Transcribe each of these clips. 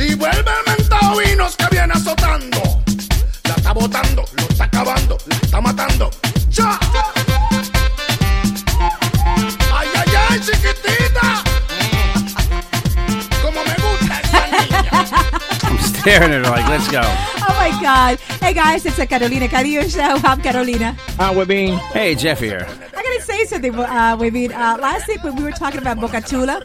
Y vuelve el mentavinos que viene azotando. La está botando, lo está acabando, la está matando. ¡Ya! ¡Ay, ay, ay, chiquitita! Como me gusta esta niña. I'm staring at her like, let's go. Oh my God. Hey guys, it's a Carolina Cadillo show. I'm Carolina. Hi, Webin. Hey, Jeff here. I gotta say something, uh, Waveen. Uh, last week when we were talking about Boca Chula,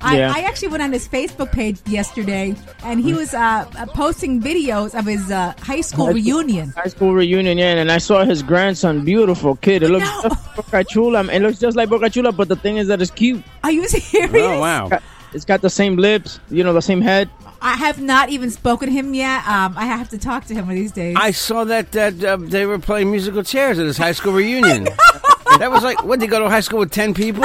I, Yeah. I actually went on his Facebook page yesterday, and he was uh, uh, posting videos of his uh, high school reunion. High school reunion, yeah, and I saw his grandson, beautiful kid. It looks know. just like Boca Chula. It looks just like Boca Chula, but the thing is that it's cute. Are you serious? Oh, wow. It's got the same lips, you know, the same head. I have not even spoken to him yet. Um, I have to talk to him one of these days. I saw that that uh, they were playing musical chairs at his high school reunion. That was like, what, they go to high school with 10 people?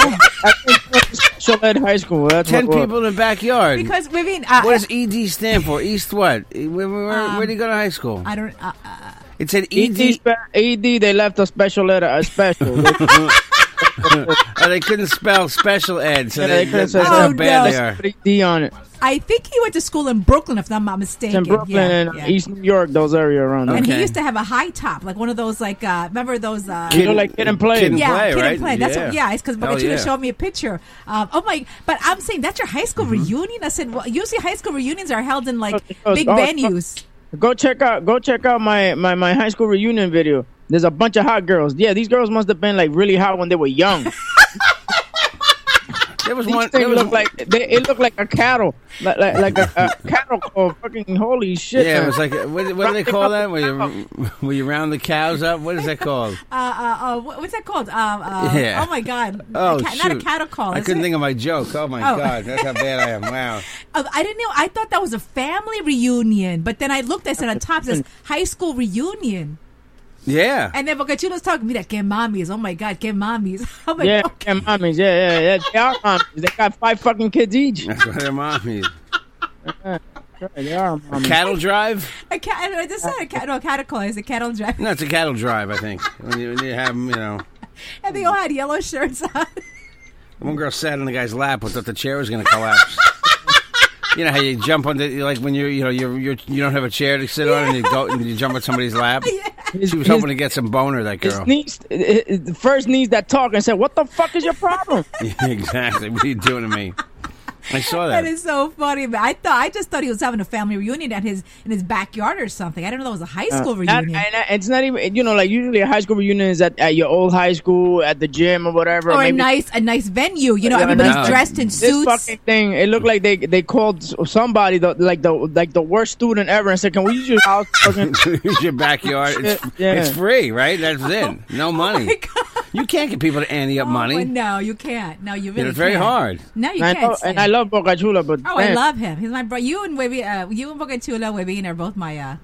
Special ed high school. That's 10 what it was. people in the backyard. because Waveen, uh, what does ED stand for? East what? Where, where, where, where'd he go to high school? I don't. Uh, uh, It said E ED, ED, E spe- ED, they left a special letter, a special. oh, they couldn't spell special ed, so Yeah, they, they couldn't that's say how that. bad Oh, they no. are. Put a D on it. I think he went to school in Brooklyn, if I'm not It's mistaken. in Brooklyn Yeah, and uh, yeah. East New York, those area around there. And Okay. he used to have a high top, like one of those, like uh, remember those? Uh, You know, like kid and play. Kid and yeah, play, kid right? and play. That's what, yeah. It's because Hell yeah. Bocachula showed me a picture. Um, oh my! But I'm saying that's your high school Mm-hmm. reunion. I said, well, usually high school reunions are held in like Oh, big oh, venues. Go check out go check out my, my, my high school reunion video. There's a bunch of hot girls. Yeah, these girls must have been like really hot when they were young. There was These one. things There was look like they, it looked like a cattle, like like, like a, a cattle call. Fucking holy shit! Yeah, man. it was like what, what do they call that? Where you, where you round the cows up? What is that called? Uh, uh, uh, what- what's that called? Um, uh, Yeah. Oh my god! Oh, a cat, not a shoot. cattle call. I is couldn't it? think of my joke. Oh my Oh. god, that's how bad I am. Wow. Uh, I didn't know. I thought that was a family reunion, but then I looked. I said on top it says high school reunion, Yeah. and then Bocachula's talking. Mira, que mommies! Oh my god, que mommies! I'm like, yeah, okay. yeah, mommies, yeah, yeah, yeah. They are mommies. They got five fucking kids each. That's what their mommies. Yeah, They are mommies. Cattle drive? A cat, I just said a cat, no, a cattle call is a cattle drive. No, it's a cattle drive. I think when you, when you have 'em, you know. And they all had yellow shirts on. One girl sat on the guy's lap and thought the chair was going to collapse. you know how you jump on the like when you you know you you you don't have a chair to sit on and you go and you jump on somebody's lap. She was hoping to get some boner. That His girl. niece, the first niece that talk and said, "What the fuck is your problem?" Yeah, exactly. What are you doing to me? I saw that. That is so funny. But I thought I just thought he was having a family reunion at his in his backyard or something. I didn't know that was a high school Not- reunion. and, uh, it's not even you know like usually a high school reunion is at, at your old high school at the gym or whatever. or a maybe nice a nice venue. You know, Yeah, everybody's no. dressed in this suits. fucking thing. It looked like they they called s- somebody the, like the like the worst student ever and said, "Can we use your house?" Fucking It's your backyard. It's, Yeah. it's free, right? That's it. No money. you can't get people to Oh, ante up money. Well, no, you can't. No, you really it's very can't. hard. No, you And I, can't. know- Stan. and I love Boca Chula, but Oh, I damn. love him. He's my brother. You and Webby, uh, you and Bocatula, Webby, and are both my uh,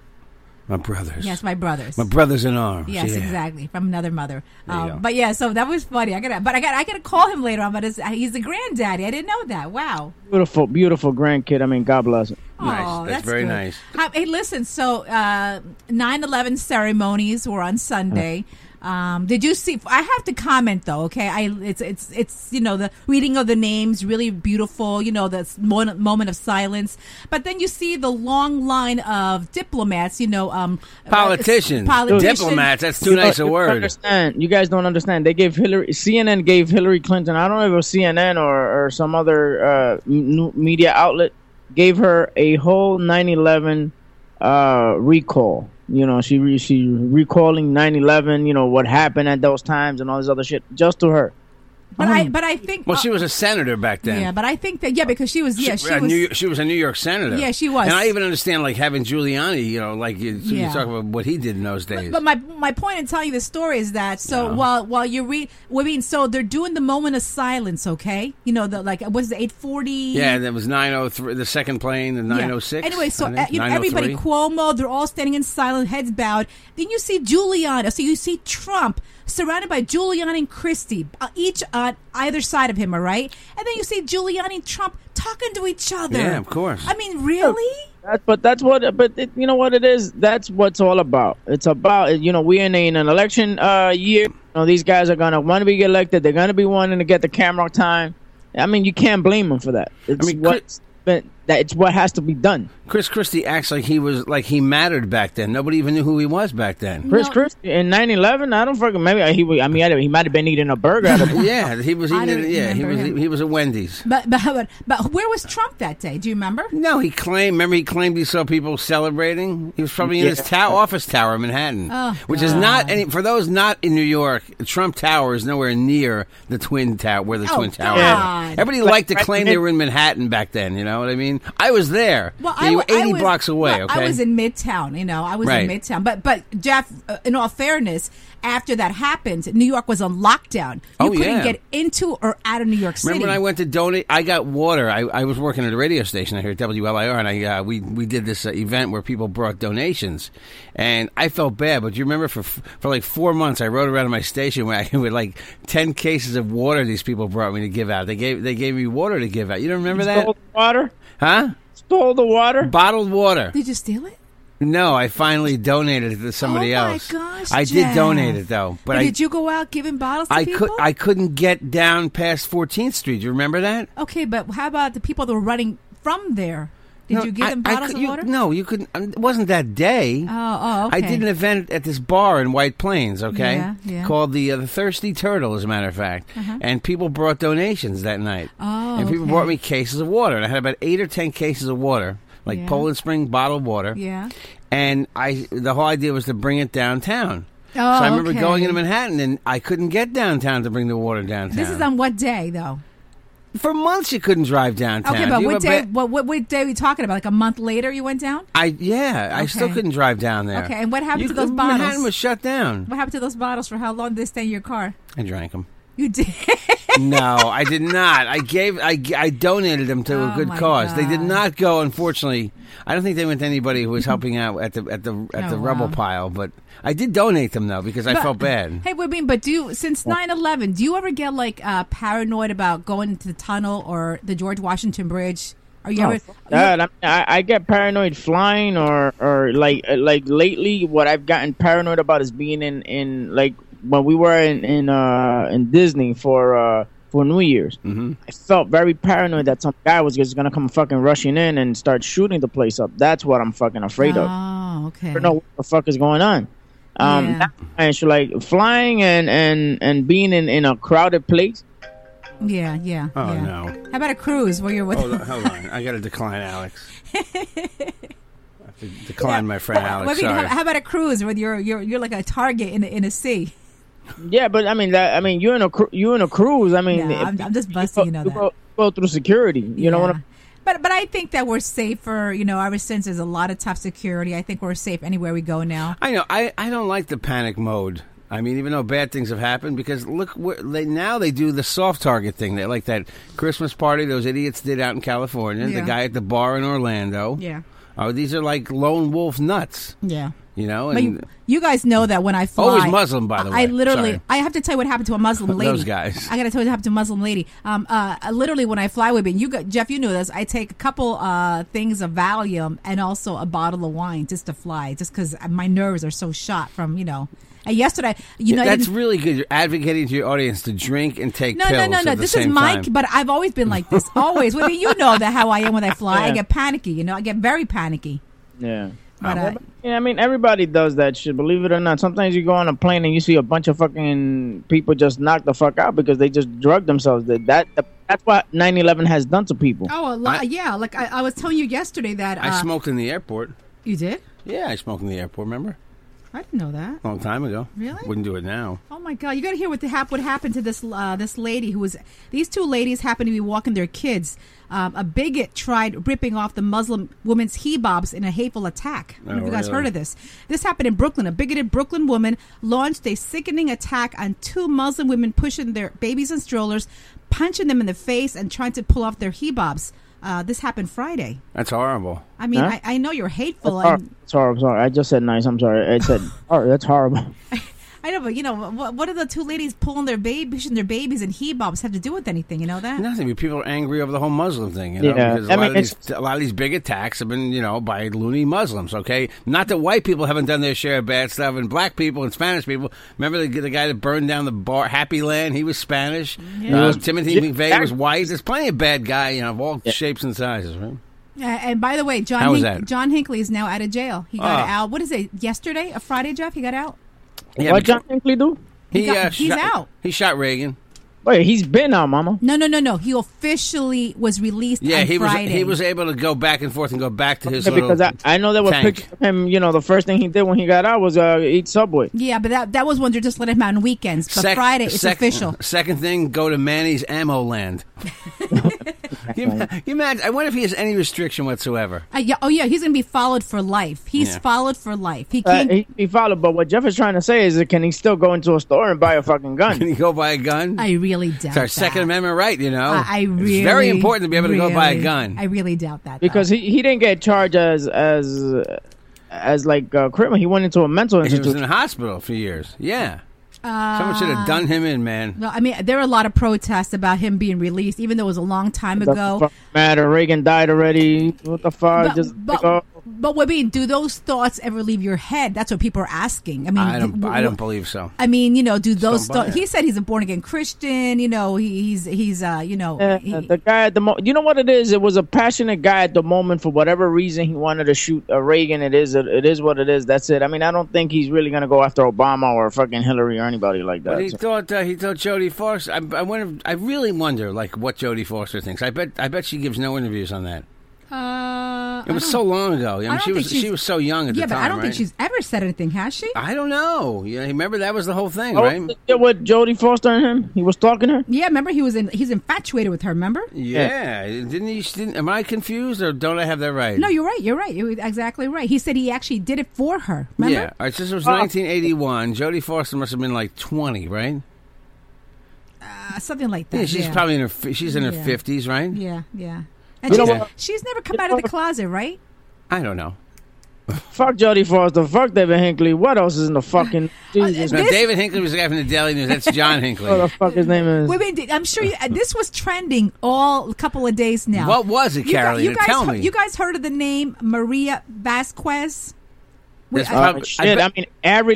My brothers. yes, my brothers. my brothers in arms. Yes, yeah. exactly. From another mother. you go. Um, but yeah, so that was funny. I gotta, but I got, I gotta call him later on. But it's, he's the granddaddy. I didn't know that. Wow. Beautiful, beautiful grandkid. I mean, God bless him. Nice. Aw, That's very good. nice. Mm-hmm. Ha- Hey, listen. So, uh, 9/11 ceremonies were on Sunday. Um, did you see? I have to comment though. Okay, I it's it's it's you know the reading of the names really beautiful. You know the s- mon- moment of silence, but then you see the long line of diplomats. You know, um, Politicians, politicians, diplomats. That's too nice a You don't word. Understand? You guys don't understand. They gave Hillary. CNN gave Hillary Clinton. I don't know if it was CNN or, or some other uh, m- media outlet gave her a whole 9/11 uh, recall. You know, she re- she recalling 9/11. You know what happened at those times and all this other shit just to her. But I but I think uh, Well, she was a senator back then. yeah, but I think that yeah because she was yeah she, a was New, she was a New York senator. Yeah, she was. And I even understand like having Giuliani. You know, like you, you Yeah. talk about what he did in those days. But my my point in telling you this story is that so while while you're read, well, I mean, so they're doing the moment of silence, okay? You know, the like what is it, eight forty? yeah, that was nine oh three. The second plane, the nine oh six. Anyway, so uh, you know, everybody oh Cuomo, they're all standing in silence, heads bowed. Then you see Giuliani, so you see Trump surrounded by Giuliani and Christie, uh, each on either side of him. All right, and then you see Giuliani and Trump talking to each other. Yeah, of course. I mean, really? That, but that's what. But it, you know what it is. That's what's all about. It's about you know we're in, a- in an election uh, year. You know these guys are gonna want to be elected. They're gonna be wanting to get the camera time. I mean you can't blame them for that. It's mean, what's been, that it's what has to be done. Chris Christie acts like he was like he mattered back then. Nobody even knew who he was back then. Chris No. Christie in 9/11. I don't fucking maybe he. wa- I mean I don't- he might have been eating a burger. At a, Yeah, he was. He I don't did, yeah, he was. remember him. He was at Wendy's. But, but but where was Trump that day? Do you remember? No, he claimed. Remember, he claimed he saw people celebrating. He was probably in his tow- office tower in Manhattan, Oh, which is not any for those not in New York. Trump Tower is nowhere near the twin tower where the Oh, twin tower. God. Is. Everybody liked to claim they were in Manhattan back then. You know what I mean? I was there. yeah, you were w- eighty was- blocks away. well, okay, I was in Midtown. You know, I was Right. in Midtown. But but Jeff, uh, in all fairness, after that happened, New York was on lockdown. You Oh, couldn't yeah. get into or out of New York City. Remember when I went to donate? I got water. I, I was working at a radio station out here at WLIR, and I uh, we we did this uh, event where people brought donations, and I felt bad. But you remember for f- for like four months, I rode around to my station where I, with like ten cases of water. These people brought me to give out. They gave they gave me water to give out. You don't remember that, stole the water. huh? Stole the water. Bottled water. Did you steal it? No, I finally donated it to somebody oh my else. gosh! I Jeff. did donate it though, but, I did you go out giving bottles to I people? could I couldn't get down past 14th Street. You remember that? okay, but how about the people that were running from there? Did No, you give I- them I bottles cou- of you- water? No, you couldn't. um, It wasn't that day. Oh, oh, I okay. did an event at this bar in White Plains, okay? Yeah, yeah. Uh-huh. Called the, uh, the Thirsty Turtle, as a matter of fact. And people brought donations that night. Oh, And people okay. brought me cases of water. And I had about eight or ten cases of water, like Yeah. Poland Spring bottled water. Yeah. And I, the whole idea was to bring it downtown. so Oh, I remember okay. going into Manhattan and I couldn't get downtown to bring the water downtown. This is on what day though? For months you couldn't drive downtown. Okay, Do but you what have a day? ba- What, what what day are we talking about? Like a month later, you went down. I yeah, I still Okay. couldn't drive down there. Okay, and what happened to those Manhattan bottles? was shut down. What happened to those bottles? For how long did they stay in your car? I drank them. You did. No, I did not. I gave I, g- I donated them to Oh, a good my cause. They did God. not go. Unfortunately, I don't think they went to anybody who was helping out at the at the at Oh, the rubble wow. pile. But I did donate them though because I But- felt bad. Hey, Wibin, but do you, since 9-11, do you ever get like uh, paranoid about going into the tunnel or the George Washington Bridge? Are you ever? God, I, I, I get paranoid flying, or or like uh, like lately, what I've gotten paranoid about is being in in like when we were in in uh in Disney for uh for New Year's. Mm-hmm. I felt very paranoid that some guy was just gonna come fucking rushing in and start shooting the place up. That's what I'm fucking afraid of. I oh, okay. don't know what the fuck is going on. Um, Yeah. that's my issue, like flying and and and being in in a crowded place. Yeah, yeah. Oh, yeah. no. Oh, How about a cruise where you're with? Hold on, hold on. I got to decline Alex. I have to decline my friend Alex. Wibin, Sorry. how, how about a cruise where you're you're you're like a target in a, in a sea? Yeah, but I mean that. I mean you in a cru- you in a cruise. I mean, No, if- I'm, I'm just busting you know that. Go, go through security. You know what Yeah. I'm But but I think that we're safer. You know, ever since there's a lot of top security, I think we're safe anywhere we go now. I know. I, I don't like the panic mode. I mean, even though bad things have happened, because look, where they, now they do the soft target thing. They like that Christmas party those idiots did out in California. Yeah. The guy at the bar in Orlando. Yeah. Oh, these are like lone wolf nuts. Yeah. You know, But and you, you guys know that when I fly, Always Muslim, by the I way. literally, Sorry. I have to tell you what happened to a Muslim lady. Those guys. I gotta tell you what happened to a Muslim lady. Um, uh, literally when I fly with me, and you, got, Jeff, you know this. I take a couple uh things of Valium and also a bottle of wine just to fly, just because my nerves are so shot from you know. And yesterday, you know, I that's didn't- really good. You're advocating to your audience to drink and take no, pills. no, no, at no. the This is same Mike, time. but I've always been like this. Always. Well, I mean, you know that how I am when I fly. I Yeah. get panicky. You know, I get very panicky. Yeah. But uh, Yeah, I mean everybody does that shit. Believe it or not, sometimes you go on a plane and you see a bunch of fucking people just knock the fuck out because they just drug themselves. That that that's what 9/11 has done to people. oh, a lot, yeah. Like I, I was telling you yesterday that uh, I smoked in the airport. you did. Yeah, I smoked in the airport. Remember, I didn't know that. a long time ago. Really? Wouldn't do it now. Oh my God! You got to hear what the hap- what happened to this uh, this lady who was these two ladies happened to be walking their kids. Um, a bigot tried ripping off the Muslim woman's hijabs in a hateful attack. I don't know Oh, if you guys really? heard of this. This happened in Brooklyn. A bigoted Brooklyn woman launched a sickening attack on two Muslim women pushing their babies and strollers, punching them in the face, and trying to pull off their hijabs. Uh, this happened Friday. That's horrible. I mean, Huh? I, I know you're hateful. That's hor- And, it's horrible. Sorry, I just said nice. I'm sorry. I said oh, that's horrible. I know, but you know, what, what do the two ladies pulling their baby, pushing their babies and he bobs have to do with anything? You know that? Nothing. but People are angry over the whole Muslim thing, you know, Yeah. because a I lot, mean, of these, it's- a lot of these big attacks have been, you know, by loony Muslims. Okay, not that white people haven't done their share of bad stuff, and black people and Spanish people. Remember the, the guy that burned down the bar, Happy Land? He was Spanish. Uh, Timothy McVeigh was white. There's plenty of bad guy, you know, of all shapes and sizes, right? Uh, and by the way, John How was Hink- that? John Hinkley is now out of jail. He Ah. got out. What is it? Yesterday, a Friday, Jeff. He got out. Yeah, what John because Hinckley do? he, got- uh, he's shot- out. He shot Reagan. Wait, he's been out, Mama. No, no, no, no. He officially was released. Yeah, on he Friday. was he was able to go back and forth and go back to his Yeah, little because I, I know there were tank. pictures of him. You know, the first thing he did when he got out was uh, eat Subway. Yeah, but that that was when they just let him out on weekends. But Sec- Friday, it's sec- official. Second thing, go to Manny's ammo land. you, ma- you imagine? I wonder if he has any restriction whatsoever. Uh, yeah, oh yeah, he's gonna be followed for life. He's Yeah. followed for life. He Uh, can't. he, he followed, but what Jeff is trying to say is, that can he still go into a store and buy a fucking Can gun? he go buy a gun? I really doubt. it's our Second that. Amendment right, you know. I, I really. it's very important to be able to go buy a really- gun. I really doubt that though. Because he, he didn't get charged as as uh, as like a criminal. He went into a mental he was in institution. the hospital for years. Yeah, someone should have done him in, man. Uh, No, I mean there were a lot of protests about him being released, even though it was a long time Doesn't ago. fucking matter. Reagan died already. What the fuck? But, Just but, oh, but what I mean, do those thoughts ever leave your head? That's what people are asking. I mean, I don't. w- I w- don't believe so. I mean, you know, do don't those buy thoughts? it. He said he's a born again Christian. You know, he, he's he's uh, you know, uh, he- the guy at the mo- you know what it is? It was a passionate guy at the moment for whatever reason he wanted to shoot a Reagan. It is it is what it is. That's it. I mean, I don't think he's really gonna go after Obama or fucking Hillary or anybody like that. But he So- thought uh, he thought Jodie Foster. I, I wonder. I really wonder, like, what Jodie Foster thinks. I bet. I bet she gives no interviews on that. uh, It was so long ago. I mean, I don't she think was she's- she was so young at yeah, the but time. I don't right? think she's ever said anything, has she? I don't know. Yeah, remember that was the whole thing, Oh, right? yeah, with Jodie Foster and him, he was talking to her. yeah, remember he was in he's infatuated with her. Remember? Yeah. Didn't he? Didn't, am I confused or don't I have that right? No, you're right. You're right. You're exactly right. He said he actually did it for her. Remember? Uh, Yeah. All right. Since it was 1981, Jodie Foster must have been like 20, right? Uh, something like that. Yeah, she's yeah. probably in her fi- she's in her Yeah. 50s, right? yeah, yeah. And You know she's, what? she's never come out of the closet, right? I don't know. Fuck Jodie Foster. Fuck David Hinckley. What else is in the fucking Jesus? Now, Uh, This- Oh, David Hinckley was the guy from the Daily News. That's John What the Hinckley. fuck his name is? Wait, wait, did- I'm sure you, uh, this was trending all a couple of days now. What was it, You gu- Carolina? You, guys, Tell he- me. You guys heard of the name Maria Vasquez? uh, That's Oh, prob- shit. I, I, bet, mean, every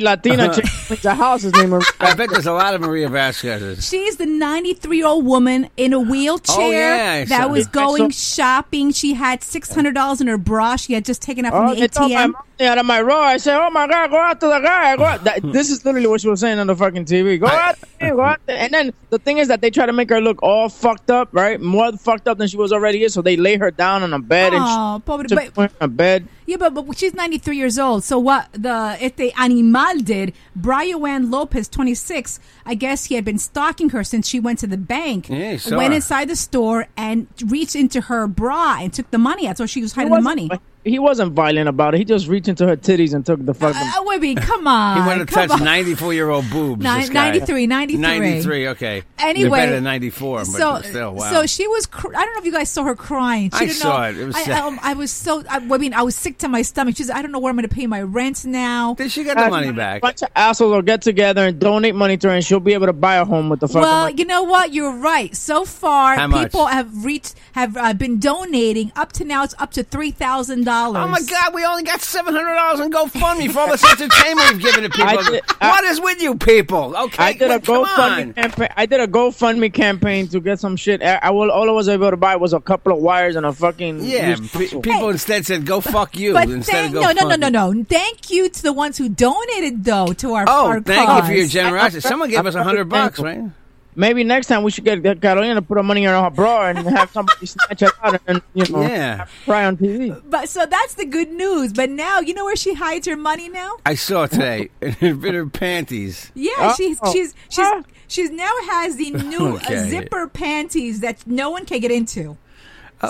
Latina chick in the house is named. I bet there's a lot of Maria Vasquez's. She's the 93 year old woman in a wheelchair Oh, yeah, I saw that was that. going I shopping. She had $600 in her bra she had just taken out from Oh, the they told my ATM. mom out of my row. I said, "Oh my God, go out to the guy." Go out. That, this is literally what she was saying on the fucking TV. Go out, there, go out. There. And then the thing is that they try to make her look all fucked up, right? More fucked up than she was already is. So they lay her down on a bed Oh, and pobre- she, but- on a bed. Yeah, but, but she's 93 years old. So what the este animal did, Brian Lopez, 26, I guess he had been stalking her since she went to the bank. Yeah, he saw went her. inside the store and reached into her bra and took the money out. So she was hiding the money. he wasn't violent about it. He just reached into her titties and took the fucking. Uh, Wibby, come on. He wanted to come touch on. 94 year old boobs. Ni- this guy. 93, 93. 93, okay. Anyway, They're better than 94, but so, still, wow. so she was. Cr- I don't know if you guys saw her crying. She I didn't saw know- it. It was I, sad. I, um, I was so. I, I mean, I was sick to my stomach. She's. I don't know where I'm going to pay my rent now. Then she got the money back. bunch of assholes will get together and donate money to her, and she'll be able to buy a home with the fucking. Well, money. you know what? You're right. So far, How much? people have reached have uh, been donating up to now. It's up to three thousand dollars. Oh my God! We only got seven hundred dollars in GoFundMe for all this entertainment we've given to I people. did- I- what is with you people? Okay, I did a well, come GoFundMe on. campaign. I did a GoFundMe campaign to get some shit. I, I will, all I was able to buy was a couple of wires and a fucking Yeah, used pe- pencil. people instead said go fuck you But instead thank of go. no, no, no, no, no. Thank you to the ones who donated though to our. Oh, our thank you for your cause. generosity. Someone gave us a hundred bucks, thankful. right? Maybe next time we should get get Carolina to put her money in her bra and have somebody snatch it out and you know Yeah. have her cry on TV. But so that's the good news. But now you know where she hides her money now. I saw it today in her, in her panties. Yeah, Oh. she's she's she's Ah. she's now has the new Okay. uh, zipper panties that no one can get into.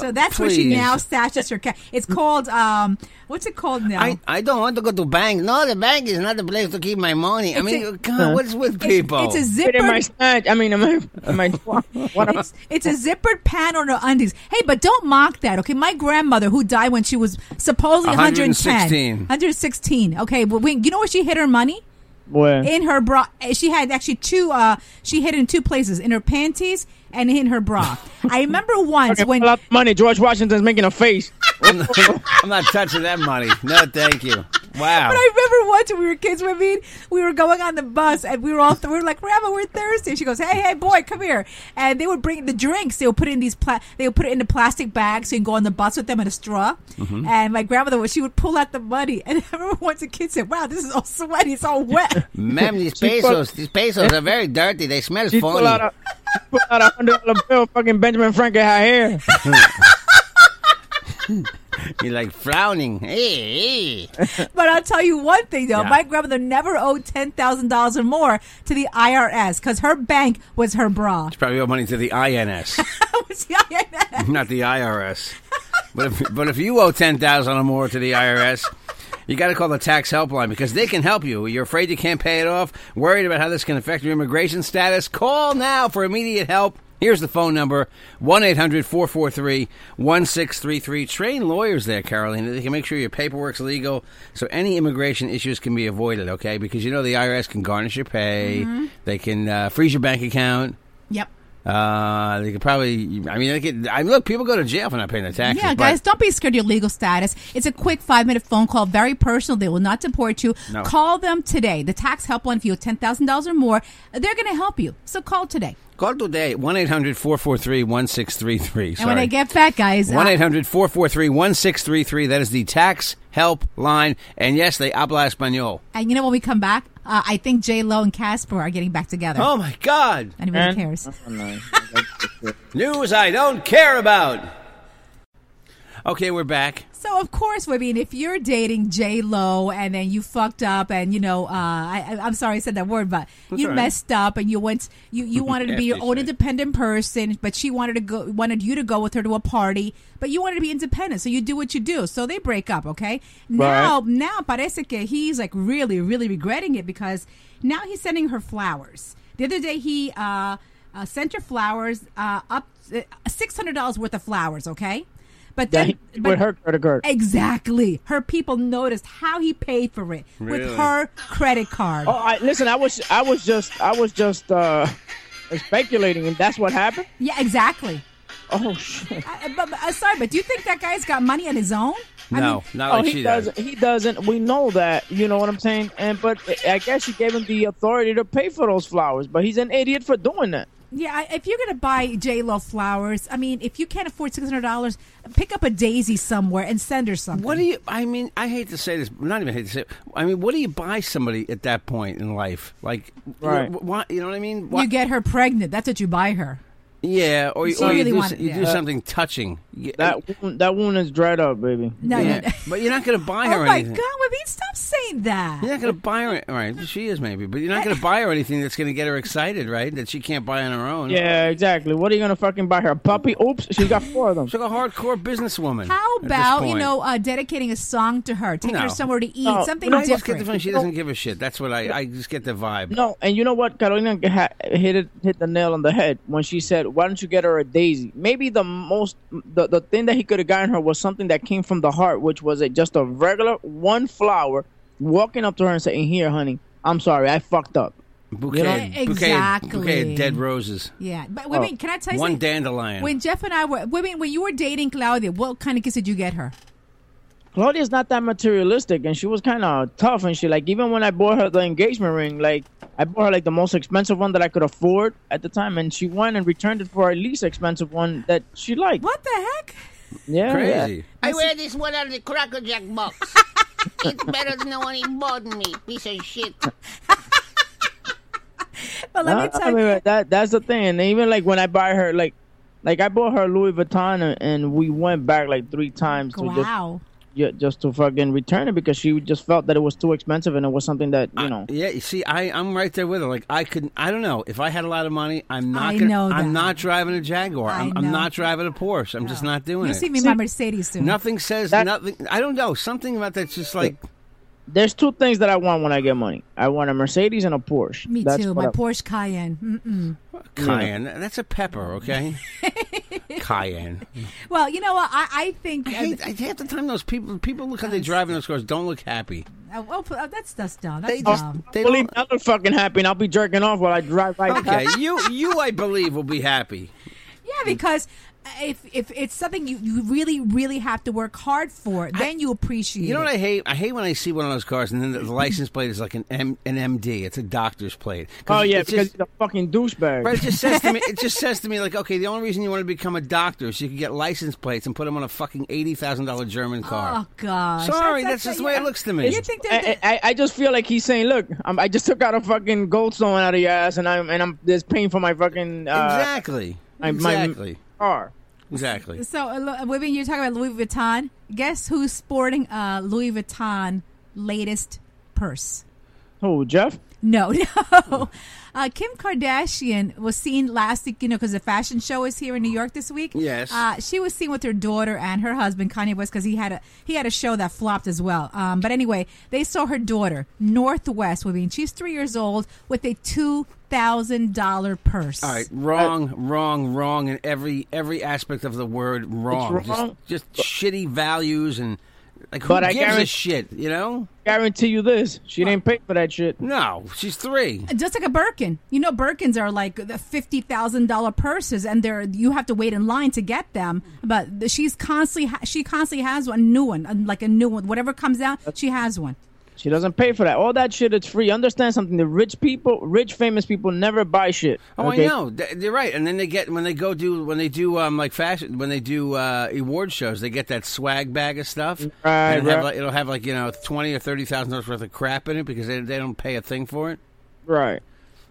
so that's where she Uh, please. now stashes her cat. It's called um, what's it called now? I, I don't want to go to bank. No, the bank is not the place to keep my money. I It's mean, a- uh, God, what's with It's- people? It's, a Put it in my zipper. snatch. I mean, am I? Am I? What am I? It's, it's a zippered pant on her undies. Hey, but don't mock that, okay? My grandmother, who died when she was supposedly 110, 116. 116. Okay, but when, you know where she hid her money? Where? in her bra. eh, She had actually two. Uh, she hid in two places: in her panties and in her bra. I remember once Okay, when pull out the money. George Washington's making a face. I'm not touching that money. No, thank you. Wow. But I remember once when we were kids, I mean, we were going on the bus and we were all, we were like, Grandma, we're thirsty. She goes, Hey, hey, boy, come here. And they would bring the drinks. They would put it in these, pla- they would put it in a plastic bag so you can go on the bus with them in a straw. And my grandmother, would she would pull out the money. And I remember once a kid said, Wow, this is all sweaty. It's all wet. Ma'am, these She pesos, put- these pesos are very dirty. They smell She pulled funny. out a she pulled out a hundred dollar bill. Fucking Benjamin Franklin had hair. You're like frowning. Hey, hey. But I'll tell you one thing though, Yeah. my grandmother never owed ten thousand dollars or more to the IRS because her bank was her bra. Probably owe money to the INS, Was the IRS. not the IRS. But if, but if you owe ten thousand or more to the IRS, you got to call the tax helpline because they can help you. You're afraid you can't pay it off, worried about how this can affect your immigration status. Call now for immediate help. Here's the phone number 1 800 443 1633. Train lawyers there, Carolina. They can make sure your paperwork's legal so any immigration issues can be avoided, okay? Because you know the IRS can garnish your pay, they can uh, freeze your bank account. Yep. Uh, they could probably. I mean, they could. I look, people go to jail for not paying their taxes. Yeah, but guys, don't be scared of your legal status. It's a quick five minute phone call, very personal. They will not deport you. No. Call them today. The tax helpline, if you owe $10,000 or more, they're going to help you. So call today. Call today 1 800 443 1633. And when I get back, guys, uh, I- 1 800 443 1633. That is the tax help line. And yes, they habla espanol. and you know when we come back, uh, I think J Lo and Casper are getting back together. Oh my God. Anybody And- cares? News I don't care about. Okay, we're back. So of course, I mean, if you're dating J Lo and then you fucked up, and you know, uh, I, I- I'm sorry I said that word, but you all right. messed up, and you went, you you wanted to be your own After you say it. independent person, but she wanted to go, wanted you to go with her to a party, but you wanted to be independent, so you do what you do. So they break up, okay? Now, now parece que he's like really, really regretting it because now he's sending her flowers. The other day he. Uh, uh, sent her flowers uh, up uh, six hundred dollars worth of flowers, okay? But then, but- with her credit card. Exactly. Her people noticed how he paid for it with Really? her credit card. Oh, I, listen, I was, I was just, I was just uh, speculating, and that's what happened. Yeah, exactly. Oh shit! I, I- but, but, uh, sorry, but do you think that guy's got money on his own? No, not Oh, like he she does. doesn't. He doesn't. We know that. You know what I'm saying? And but I guess she gave him the authority to pay for those flowers. But he's an idiot for doing that. Yeah, I, if you're gonna buy J Lo flowers, I mean, if you can't afford six hundred dollars, pick up a daisy somewhere and send her something. What do you? I mean, I hate to say this. Not even hate to say. It, I mean, what do you buy somebody at that point in life? Like, Right. wh- wh- why? You know what I mean? Why- You get her pregnant. That's what you buy her. Yeah, or, you- So you or you really do, s- want it, you do yeah. something touching. You- That wound, that wound is dried up, baby. No, no, no. yeah. but you're not going to buy her Oh my anything. God, Wavine, stop saying that. You're not going to buy her. All right, she is maybe, but you're not going to buy her anything that's going to get her excited, right? That she can't buy on her own. Yeah, exactly. What are you gonna fucking buy her? A puppy? Oops, she's got four of them. she's like a hardcore businesswoman. How at this about you point. know uh, dedicating a song to her, taking No. her somewhere to eat, No, something no, I just get the different? feeling she doesn't give a shit. That's what I. I just get the vibe. No, and you know what? Carolina ha- hit it, hit the nail on the head when she said, "Why don't you get her a daisy?" Maybe the most the, the thing that he could have gotten her was something that came from the heart, which was a, just a regular one flower walking up to her and saying, "Here, honey, I'm sorry, I fucked up." Bouquet, Yeah, bouquet, bouquet exactly. of dead roses. Yeah, but Wavine, can I tell you Oh, One something? dandelion. When Jeff and I were, Wavine, when you were dating Claudia, what kind of kiss did you get her? Claudia's not that materialistic, and she was kind of tough and she Like even when I bought her the engagement ring, like I bought her like the most expensive one that I could afford at the time, and she went and returned it for our least expensive one that she liked. What the heck? Yeah, yeah. Crazy. I wear this one out of the Cracker Jack box. it's better than the one he bought me, piece of shit. But let I- me I tell mean, you, like, that that's the thing. And even like when I buy her, like, like I bought her Louis Vuitton, and- and we went back like three times to just wow. ju- just to fucking return it because she just felt that it was too expensive and it was something that you know. Yeah, you see, I I'm right there with her. Like I could, I don't know if I had a lot of money, I'm not. I gonna, know that. I'm not driving a Jaguar. I I'm, I'm know. not driving a Porsche. I'm just not doing You'll it. see me in my Mercedes soon. Nothing says That- nothing. I don't know. Something about that's just like There's two things that I want when I get money. I want a Mercedes and a Porsche. Me That's too. what My I- Porsche Cayenne. Mm-mm. cayenne. That's a pepper, okay? cayenne. Well, you know what? I, I think. I hate, I, half the time those people people look how they drive in those cars don't look happy. oh, oh, oh, that's that's dumb. That's They just dumb. they Believe don't. me, I look fucking happy, and I'll be jerking off while I drive right Okay, past. you you I believe will be happy. Yeah, because if if it's something you, you really really have to work hard for, then you appreciate. You know it. what I hate? I hate when I see one of those cars and then the, the license plate is like an M, an MD. It's a doctor's plate. 'Cause Oh yeah, it's because just- he's a fucking douchebag. Right, it just says to me. It just says to me like, okay, the only reason you want to become a doctor is you can get license plates and put them on a fucking eighty thousand dollar German car. Oh gosh. Sorry, that's just the way it looks to me. You think that? I, I, I just feel like he's saying, "Look, I'm, I just took out a fucking goldstone out of your ass, and I'm and I'm just paying for my fucking uh, exactly. my, my exactly. car." exactly. so, uh, lo- women, you're talking about Louis Vuitton. Guess who's sporting a Louis Vuitton latest purse? Who, Jeff? No, no. Uh, Kim Kardashian was seen last week, you know, because the fashion show is here in New York this week. Yes. Uh, she was seen with her daughter and her husband Kanye West because he had a he had a show that flopped as well. Um, but anyway, they saw her daughter Northwest. I mean, she's three years old with a two thousand dollar purse. All right, wrong, wrong, wrong in every every aspect of the word wrong. wrong. Just, just shitty values and like who But I gives a guarantee- shit? You know? Guarantee you this: she didn't pay for that shit. No, she's three. Just like a Birkin, you know, Birkins are like the fifty thousand dollar purses, and they're you have to wait in line to get them. But the- she's constantly ha- she constantly has one new one, uh, like a new one, whatever comes out, she has one. She doesn't pay for that. All that shit is free. Understand something? The rich people, rich famous people, never buy shit. Oh, okay? I know. Th- They're right. And then they get when they go do when they do um like fashion when they do uh award shows, they get that swag bag of stuff. Right, and it'll, have, right. like, it'll have like you know twenty or thirty thousand dollars worth of crap in it because they, they don't pay a thing for it. Right,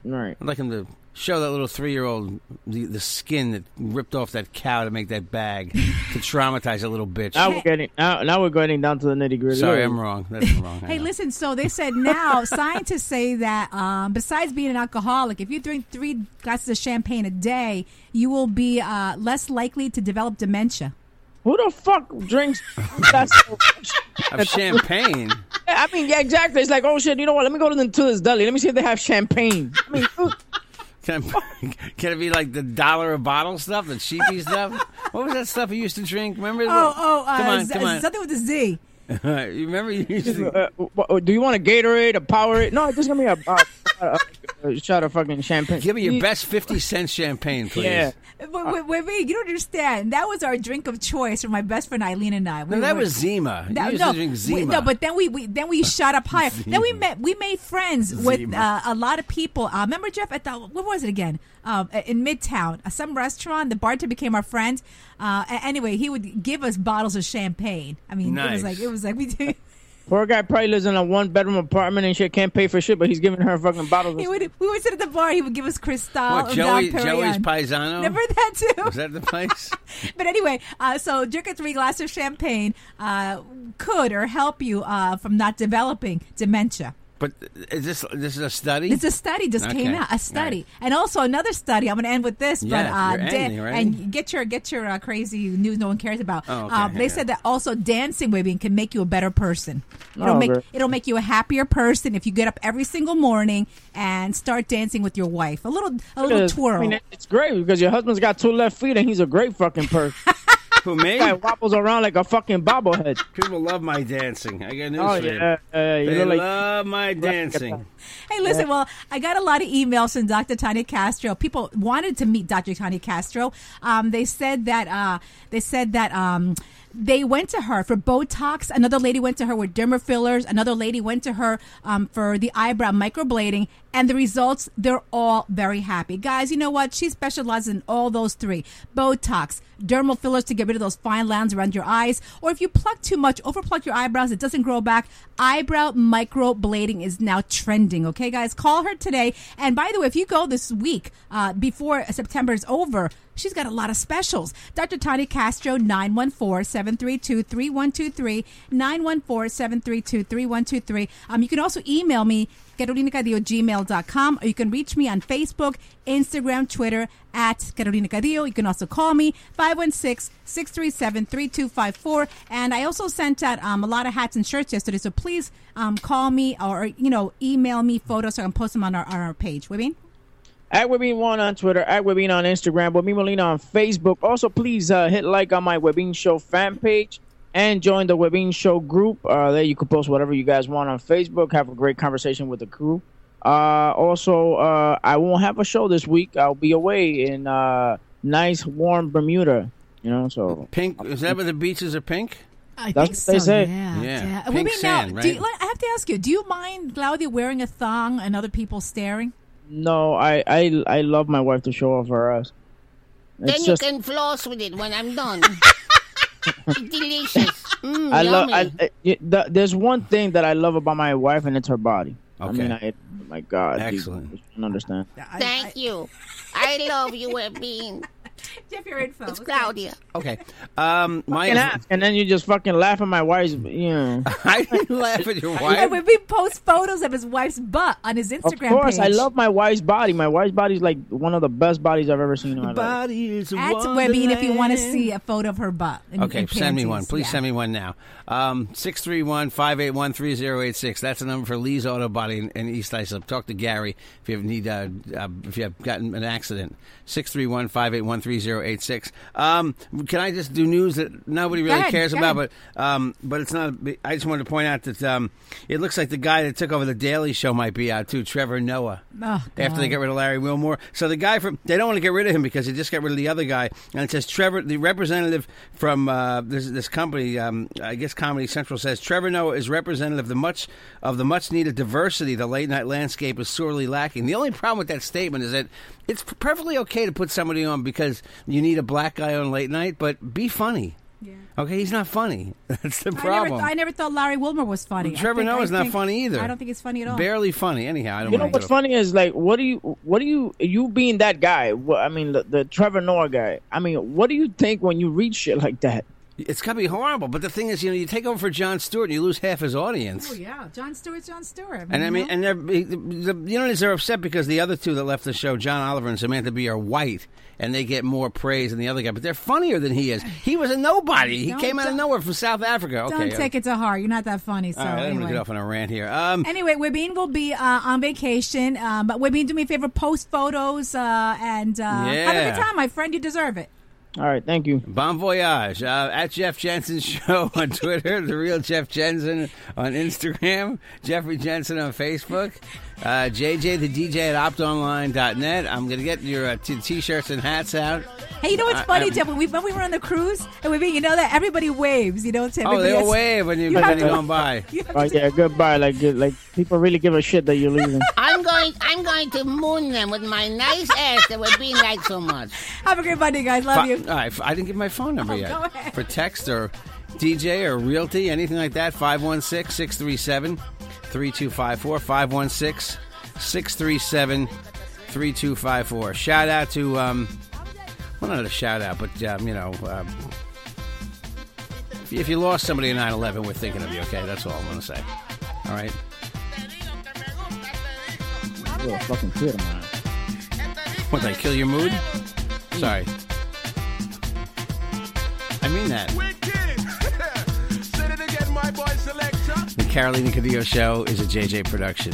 right. I'd like them to show that little three year old the, the skin that ripped off that cow to make that bag to traumatize a little bitch. Now we're getting now, now we're getting down to the nitty gritty. Sorry, I'm wrong. That's wrong. I Hey, know. listen. So they said now scientists say that um, besides being an alcoholic, if you drink three glasses of champagne a day, you will be uh, less likely to develop dementia. Who the fuck drinks? That's Of champagne. I mean, yeah, exactly. It's like, oh shit. You know what? Let me go to, the, to this deli. Let me see if they have champagne. I mean, dude, Can, I- can it be like the dollar a bottle stuff, the cheapy stuff? What was that stuff you used to drink? Remember? Oh, oh, uh, come on, Z- come on. something with a Z. you remember you used to uh, uh, do you want a Gatorade, a Powerade? No, just give me a, a, a, a shot of fucking champagne. give me your best fifty cent champagne, please. Yeah. Wait, wait, wait, wait, you don't understand. That was our drink of choice for my best friend Eileen and I. We No, that were- was Zima. That- Uh, you used no, to drink we- Zima. no, but then we, we then we shot up higher. then we met we made friends with uh, a lot of people. Uh, remember Jeff? At the what was it again? Um, in Midtown, uh, some restaurant. The bartender became our friend. Uh, a- anyway, he would give us bottles of champagne. I mean, it Nice. was like it was like we did. Poor guy probably lives in a one bedroom apartment and shit, can't pay for shit, but he's giving her fucking bottles. He would, we would sit at the bar. He would give us Cristal What, or Joey, Dom Joey's Perignon. Paisano? Remember that too. Is that the place? but anyway, uh, so drinking three glasses of champagne uh, could or help you uh, from not developing dementia. but is this this is a study? It's a study just came Okay. out. A study, and also another study. I'm going to end with this, Yeah, but you're uh, ending, right? and get your get your uh, crazy news no one cares about. Oh, okay. Uh, they said that also dancing, baby, can make you a better person. It'll Oh, make great. it'll make you a happier person if you get up every single morning and start dancing with your wife. A little a little Because, twirl. I mean, it's great because your husband's got two left feet and he's a great fucking person. Who me? guy wobbles around like a fucking bobblehead. People love my dancing. I got news Oh for you. yeah, uh, you They look like love my dancing. Hey, listen, well, I got a lot of emails from Dr. Tanya Castro. People wanted to meet Dr. Tanya Castro. Um, they said that uh, they said that um, they went to her for Botox. Another lady went to her with derma fillers. Another lady went to her um, for the eyebrow microblading. And the results, they're all very happy. Guys, you know what? She specializes in all those three Botox, dermal fillers to get rid of those fine lines around your eyes. Or if you pluck too much, overpluck your eyebrows, it doesn't grow back. Eyebrow microblading is now trending. Okay, guys, call her today. And by the way, if you go this week uh, before September is over, she's got a lot of specials. Dr. Tony Castro, 914 732 3123. 914 732 3123. Um, You can also email me, carolinacadillo@gmail.com, or you can reach me on Facebook, Instagram, Twitter at Carolina Cadillo. You can also call me 516-637-3254. And I also sent out um, a lot of hats and shirts yesterday, so please um, call me or you know email me photos so I can post them on our on our page. What do you mean? At Webin One on Twitter, at Webin on Instagram, Webin Molina on Facebook. Also, please uh, hit like on my Webin Show fan page and join the Webin Show group. Uh, there you can post whatever you guys want on Facebook. Have a great conversation with the crew. Uh, also, uh, I won't have a show this week. I'll be away in uh, nice, warm Bermuda. You know, so Pink. Is that where the beaches are pink? I That's think what they so, say. Yeah. Yeah. yeah. Pink What do you mean now? sand, Do you, right? like, I have to ask you, do you mind Claudia wearing a thong and other people staring? no, I I, I love my wife to show off her ass. It's Then you just- can floss with it when I'm done. Delicious. Mm, I love. yummy. I, I- it- the, there's one thing that I love about my wife, and it's her body. I Okay. mean, I, my God, dude, Excellent. you don't understand. I, Thank you. I love you, Webin. I, Jeff, your info. It's Claudia. Okay. Um, And, my I- and then you just fucking laugh at my wife's. You know. I didn't laugh at your And wife. when we post photos of his wife's butt on his of Instagram course, page. I love my wife's body. My wife's body is like one of the best bodies I've ever seen in my life. Body is a at Webin if you want to wonderland. see a photo of her butt. in- Okay, in send me one. panties. Please Yeah. send me one now. Um, 631-581-3086. That's the number for Lee's Auto Body in, in East Islip. Talk to Gary if you need uh, uh, if you have gotten an accident. 631-581-3086. Um, can I just do news that nobody really ahead, cares go about ahead. but um, but it's not I just wanted to point out that um, it looks like the guy that took over the Daily Show might be out too, Trevor Noah. Oh, after they God. get rid of Larry Wilmore. So the guy from they don't want to get rid of him because they just got rid of the other guy. And it says Trevor, the representative from uh, this this company, um, I guess Comedy Central says Trevor Noah is representative of the much of the much needed diversity the late night landscape is sorely lacking. The only problem with that statement is that it's perfectly okay to put somebody on because you need a black guy on late night, but be funny. Okay, he's not funny. That's the I never, problem. I never thought Larry Wilmer was funny. I Trevor think- I Noah's not think- funny either. I don't think it's funny at all. Barely funny. Anyhow, I don't You know want what's to. funny is like, what do you, what do you, you being that guy? What, I mean, the, the Trevor Noah guy. I mean, what do you think when you read shit like that? It's gonna be horrible. But the thing is, you know, you take over for John Stewart, and you lose half his audience. Oh, yeah, John Stewart's John Stewart. And I you mean, know? and they're, the, the, you know, they're upset because the other two that left the show, John Oliver and Samantha Bee, are white, and they get more praise than the other guy. But they're funnier than he is. He was a nobody. He Don't- came out of don't- nowhere from South Africa. Okay, uh, don't take it to heart. You're not that funny. So All right, I'm anyway. gonna get off on a rant here. Um, Anyway, Webin will be uh, on vacation, um, but Webin, do me a favor, post photos uh, and uh, have a Yeah. good time, my friend. You deserve it. All right, thank you. Bon voyage uh, at Jeff Jensen Show on Twitter, the real Jeff Jensen on Instagram, Jeffrey Jensen on Facebook, uh, JJ the DJ at optonline.net. I'm gonna get your uh, t- t-shirts and hats out. Hey, you know what's I- funny, I- Jeff? When we when we were on the cruise, and Webin, you know that everybody waves. You know, Oh, to everybody they'll that's- wave when you're You have going to- by. You have Oh to- yeah, goodbye. Like, like people really give a shit that you're leaving. I'm going I'm going to moon them with my nice ass that would be like so much. Have a great Monday, guys. Love Fi- you. All right, f- I didn't give my phone number Oh, yet go ahead. for text or DJ or realty, anything like that, 516 637 3254. 516 637 3254. Shout out to, um, well, not a shout out, but, um, you know, um, if you lost somebody in 9 11, we're thinking of you, okay? That's all I'm going to say. All right? You're a fucking kid, man. What, did I kill your mood? Sorry. I mean that. The Carolina Cadillo Show is a JJ production.